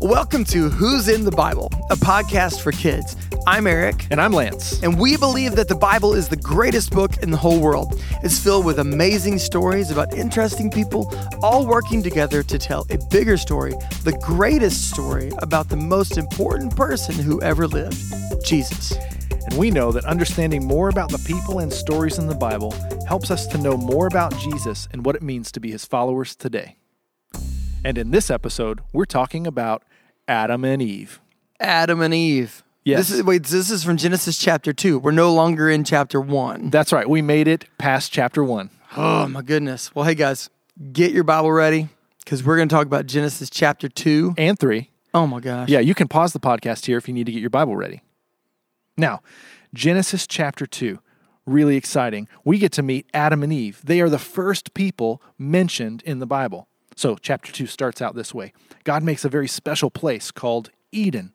Welcome to Who's in the Bible, a podcast for kids. I'm Eric. And I'm Lance. And we believe that the Bible is the greatest book in the whole world. It's filled with amazing stories about interesting people, all working together to tell a bigger story, the greatest story about the most important person who ever lived Jesus. And we know that understanding more about the people and stories in the Bible helps us to know more about Jesus and what it means to be his followers today. And in this episode, we're talking about Adam and Eve. Adam and Eve. Yes. This is, wait, this is from Genesis chapter 2. We're no longer in chapter 1. That's right, we made it past chapter one. Oh my goodness. Well, hey guys, get your Bible ready because we're going to talk about Genesis chapter 2. and three. Oh my gosh. Yeah, you can pause the podcast here if you need to get your Bible ready. Now, Genesis chapter 2, really exciting. We get to meet Adam and Eve. They are the first people mentioned in the Bible. So, chapter 2 starts out this way God makes a very special place called Eden.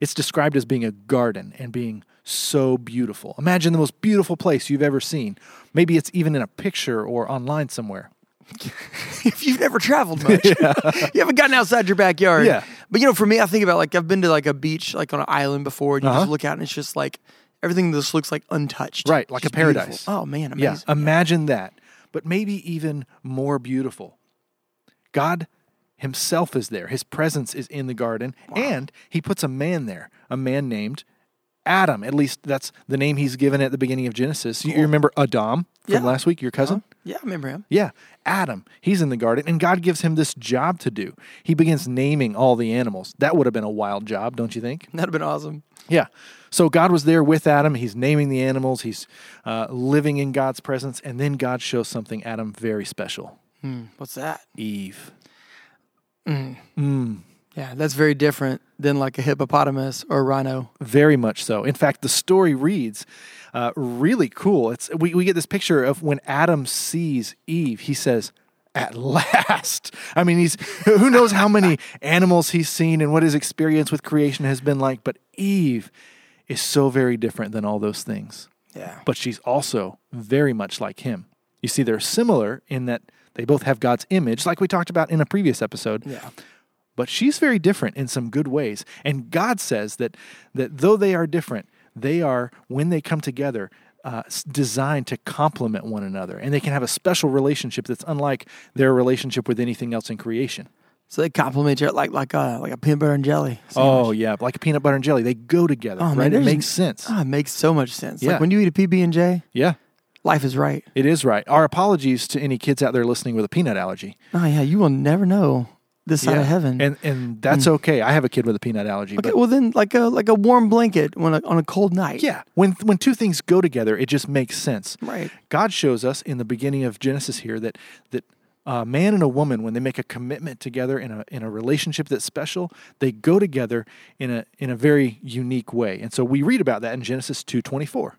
It's described as being a garden and being so beautiful. Imagine the most beautiful place you've ever seen. Maybe it's even in a picture or online somewhere. if you've never traveled much, you haven't gotten outside your backyard. Yeah. But you know, for me, I think about like I've been to like a beach, like on an island before, and you just look out and it's just like everything just looks like untouched. Uh-huh. Right, like Just a paradise. beautiful. Oh man, Yeah, amazing. imagine that, but maybe even more beautiful. God himself is there. His presence is in the garden, and he puts a man there, a man named Adam. At least that's the name he's given at the beginning of Genesis. You- You remember Adam from Yeah. Uh-huh. last week, your cousin? Yeah, I remember him. Yeah, Adam, he's in the garden, and God gives him this job to do. He begins naming all the animals. That would have been a wild job, don't you think? That'd have been awesome. Yeah. So God was there with Adam. He's naming the animals. He's uh, living in God's presence. And then God shows something Adam very special What's that? Eve. Yeah, that's very different than like a hippopotamus or a rhino. Very much so. In fact, the story reads uh, really cool. It's we, we get this picture of when Adam sees Eve, he says, at last. I mean, he's who knows how many animals he's seen and what his experience with creation has been like, but Eve is so very different than all those things. Yeah. but she's also very much like him. You see, they're similar in that they both have God's image, like we talked about in a previous episode. Yeah. But she's very different in some good ways. And God says that, that though they are different, they are, when they come together, uh, s- designed to complement one another. And they can have a special relationship that's unlike their relationship with anything else in creation. So they complement each other like like a like a peanut butter and jelly. Oh, yeah. Like peanut butter and jelly. They go together, Oh, man, right? It there's- makes sense. Oh, it makes so much sense. Yeah. Like when you eat a PB and J, yeah, life is right. it is right. Our apologies to any kids out there listening with a peanut allergy. Oh yeah, you will never know this side of heaven. Mm. And and that's okay. I have a kid with a peanut allergy. okay, But well then, like a like a warm blanket when a, on a cold night. yeah, when when two things go together, it just makes sense. Right. God shows us in the beginning of Genesis here that that a man and a woman, when they make a commitment together in a in a relationship that's special, they go together in a in a very unique way. And so we read about that in Genesis two twenty four.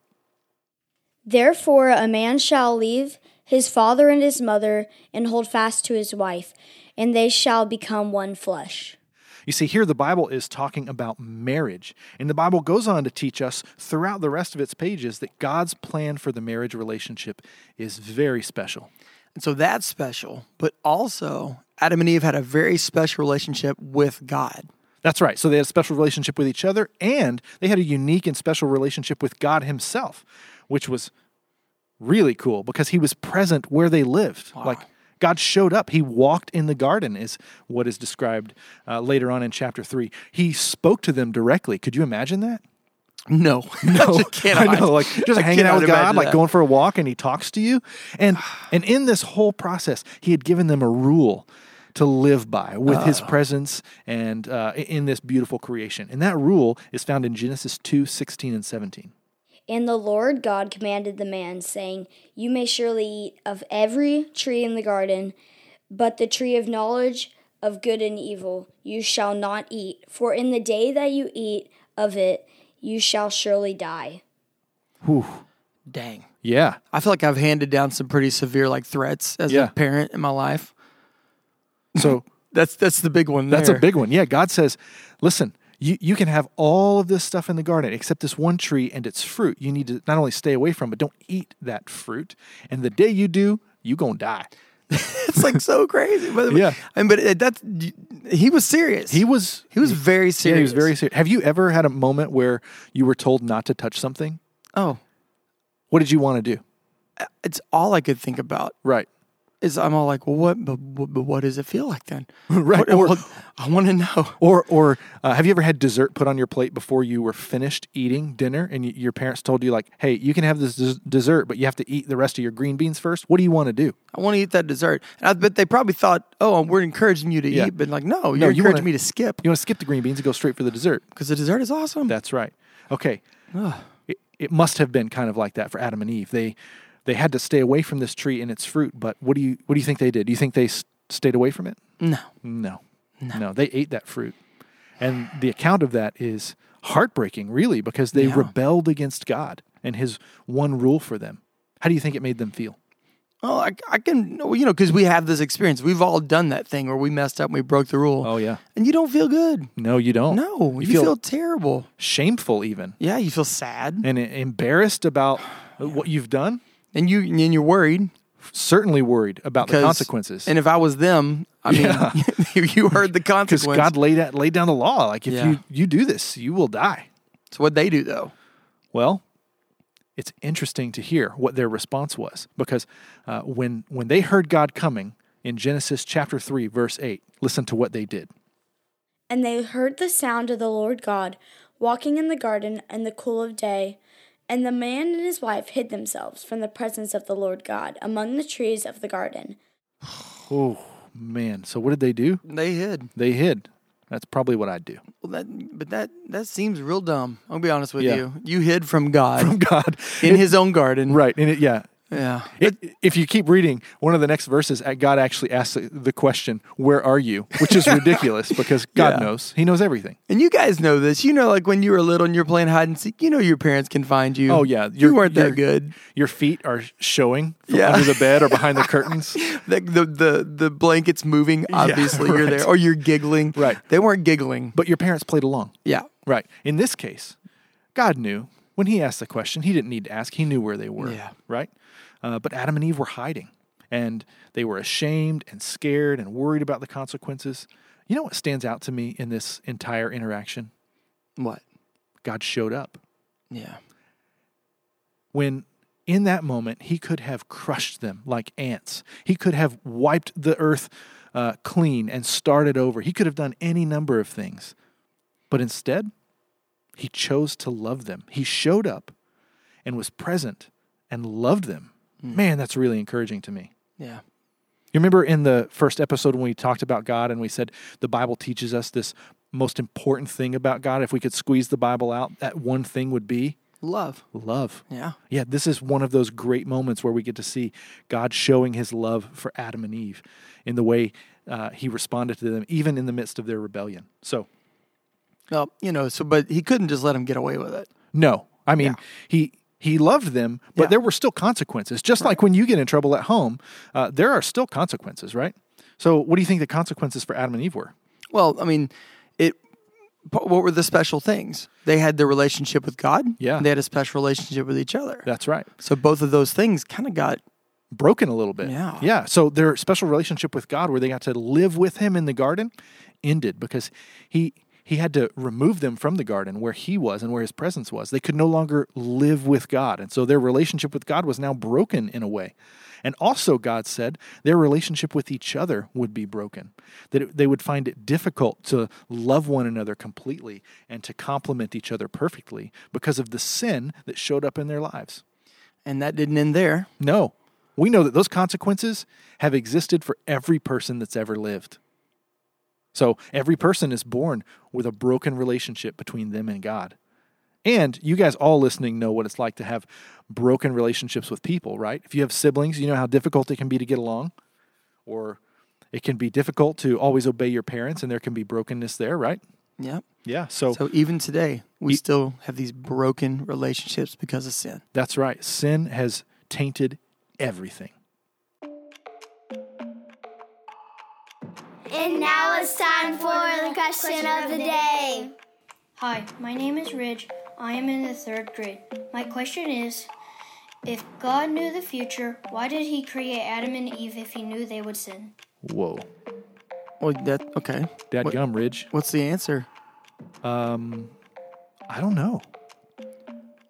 Therefore, a man shall leave his father and his mother and hold fast to his wife, and they shall become one flesh. You see, here the Bible is talking about marriage. And the Bible goes on to teach us throughout the rest of its pages that God's plan for the marriage relationship is very special. And so that's special. But also, Adam and Eve had a very special relationship with God. That's right. So they had a special relationship with each other and they had a unique and special relationship with God Himself, which was really cool because He was present where they lived. Like God showed up. He walked in the garden, is what is described uh, later on in chapter three. He spoke to them directly. Could you imagine that? No, no, I can't I imagine. know, like just I hanging out cannot with God, imagine like that. going for a walk, and He talks to you, and and in this whole process, He had given them a rule to live by with His Uh. presence and uh, i- in this beautiful creation, and that rule is found in Genesis two sixteen and seventeen. And the Lord God commanded the man, saying, You may surely eat of every tree in the garden, but the tree of knowledge of good and evil you shall not eat, for in the day that you eat of it, you shall surely die. Dang. Yeah, I feel like I've handed down some pretty severe like threats as Yeah. a parent in my life. so That's that's the big one. that's a there. big one. Yeah, God says, listen. You, you can have all of this stuff in the garden except this one tree and its fruit. You need to not only stay away from, but don't eat that fruit. And the day you do, you gonna die. it's like so crazy. But Yeah. and but it- that's he was serious. He was he was very serious. yeah, he was very serious. Have you ever had a moment where you were told not to touch something? Oh, What did you want to do? it's all I could think about Right. is I'm all like, well, what? But, but, but what does it feel like then? Right, What- or- what- I want to know. Or, or uh, have you ever had dessert put on your plate before you were finished eating dinner, and y- your parents told you like, "Hey, you can have this des- dessert, but you have to eat the rest of your green beans first? What do you want to do? I want to eat that dessert. And I bet they probably thought, oh, we're encouraging you to Yeah. eat, but like, no, you're you encouraging wanna- me to skip You want to skip the green beans and go straight for the dessert? because the dessert is awesome. That's right. Okay. It, it must have been kind of like that for Adam and Eve. They they had to stay away from this tree and its fruit. But what do you what do you think they did? Do you think they s- stayed away from it? no, No. no, They ate that fruit, and the account of that is heartbreaking, really, because they rebelled against God and His one rule for them. How do you think it made them feel? well, I, I can, well, you know, because we have this experience. We've all done that thing where we messed up, and we broke the rule. Oh, yeah. and you don't feel good. No, you don't. No, you, you, feel, feel terrible. shameful, even Yeah, you feel sad, and e, embarrassed about what you've done. and you and you're worried. Certainly worried about the 'cause- consequences. And if I was them, I mean, you heard the because consequence. God laid out, laid down the law. Like if Yeah. you you do this, you will die. so what they do though? Well, it's interesting to hear what their response was because uh, when when they heard God coming in Genesis chapter three verse eight, listen to what they did. And they heard the sound of the Lord God walking in the garden in the cool of day. And the man and his wife hid themselves from the presence of the Lord God among the trees of the garden. Oh man! So what did they do? They hid. They hid. That's probably what I'd do. Well, that but that that seems real dumb. I'll be honest with Yeah. you. You hid from God From God in His own garden. right? And it, yeah. Yeah. It, if you keep reading, one of the next verses, uh, God actually asks the question, "Where are you?" Which is ridiculous because God Yeah. knows; He knows everything. And you guys know this. You know, like when you were little and you're playing hide and seek, you know your parents can find you. Oh yeah, you weren't your- that good. Your feet are showing from Yeah. under the bed or behind the curtains. The, the the the blanket's moving. Obviously, you're right. there, or you're giggling. Right. They weren't giggling. But your parents played along. Yeah. Right. In this case, God knew when he asked the question, he didn't need to ask. He knew where they were. Yeah. Right. Uh, but Adam and Eve were hiding and they were ashamed and scared and worried about the consequences. You know what stands out to me in this entire interaction? What? God showed up. Yeah. When in that moment, he could have crushed them like ants, he could have wiped the earth uh, clean and started over. He could have done any number of things. But instead, he chose to love them. He showed up and was present and loved them. Man, that's really encouraging to me. Yeah. You remember in the first episode when we talked about God and we said the Bible teaches us this most important thing about God? If we could squeeze the Bible out, that one thing would be Love. love. Yeah. Yeah, this is one of those great moments where we get to see God showing his love for Adam and Eve in the way uh, he responded to them, even in the midst of their rebellion. So, Well, you know. So, but he couldn't just let him get away with it. no, I mean, he. He loved them, but Yeah. there were still consequences. Just like when you get in trouble at home, uh, there are still consequences, right? So, what do you think the consequences for Adam and Eve were? Well, I mean, it. p- What were the special things? They had their relationship with God. Yeah. They had a special relationship with each other. That's right. So both of those things kind of got broken a little bit. Yeah. Yeah. So their special relationship with God, where they got to live with Him in the garden, ended because He He had to remove them from the garden where He was and where His presence was. They could no longer live with God, and so their relationship with God was now broken in a way. And also, God said their relationship with each other would be broken, that it, they would find it difficult to love one another completely and to complement each other perfectly because of the sin that showed up in their lives. and that didn't end there. No. We know that those consequences have existed for every person that's ever lived. So every person is born with a broken relationship between them and God. And you guys all listening know what it's like to have broken relationships with people, right? If you have siblings, you know how difficult it can be to get along, or it can be difficult to always obey your parents, and there can be brokenness there, right? Yeah. Yeah. So, So even today, we still have these broken relationships because of sin. that's right. Sin has tainted everything. And now it's time for the question of the day. Hi, my name is Ridge. I am in the third grade. My question is If God knew the future, why did he create Adam and Eve if he knew they would sin? Whoa. Well, that okay. Dad What- gum ridge. What's the answer? Um, I don't know.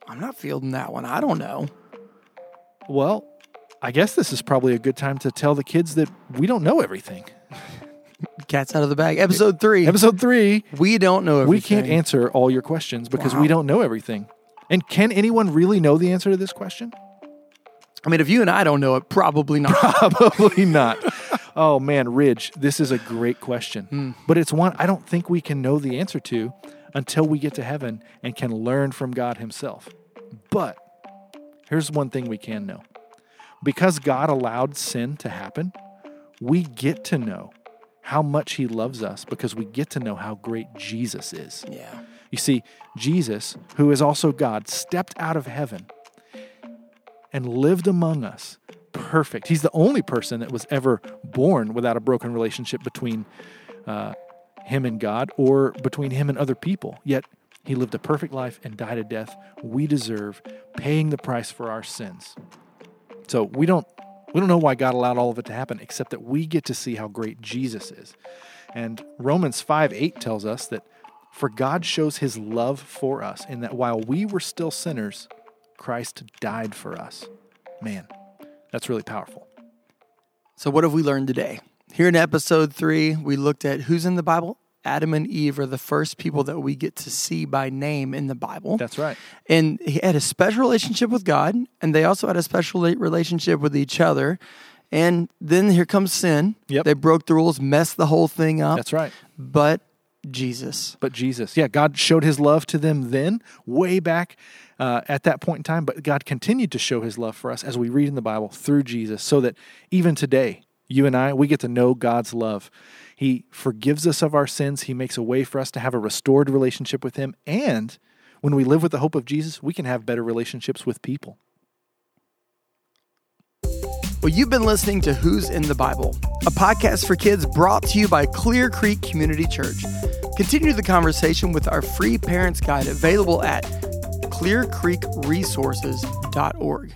I'm not fielding that one. I don't know. Well, I guess this is probably a good time to tell the kids that we don't know everything. Cat's out of the bag. Episode three. Episode three, we don't know. Everything. we can't answer all your questions because we don't know everything. And can anyone really know the answer to this question? I mean, if you and I don't know it, probably not. Probably not. oh man, Ridge, this is a great question. But it's one I don't think we can know the answer to until we get to heaven and can learn from God Himself. But here's one thing we can know because God allowed sin to happen, we get to know how much He loves us because we get to know how great Jesus is. yeah. You see, Jesus, who is also God, stepped out of heaven and lived among us perfect. He's the only person that was ever born without a broken relationship between uh, him and God or between him and other people. Yet, he lived a perfect life and died a death we deserve, paying the price for our sins. So we don't we don't know why God allowed all of it to happen, except that we get to see how great Jesus is. And Romans 5 8 tells us that for God shows his love for us in that while we were still sinners, Christ died for us. Man, that's really powerful. So, what have we learned today? Here in episode three, we looked at who's in the Bible. Adam and Eve are the first people that we get to see by name in the Bible. That's right. And he had a special relationship with God, and they also had a special la- relationship with each other. And then here comes sin. Yep. They broke the rules, messed the whole thing up. That's right. But Jesus. But Jesus, yeah, God showed his love to them then, way back uh, at that point in time. But God continued to show his love for us as we read in the Bible through Jesus, so that even today, you and I, we get to know God's love. He forgives us of our sins, He makes a way for us to have a restored relationship with Him. And when we live with the hope of Jesus, we can have better relationships with people. Well, you've been listening to Who's in the Bible, a podcast for kids brought to you by Clear Creek Community Church. Continue the conversation with our free parents guide available at clearcreekresources.org.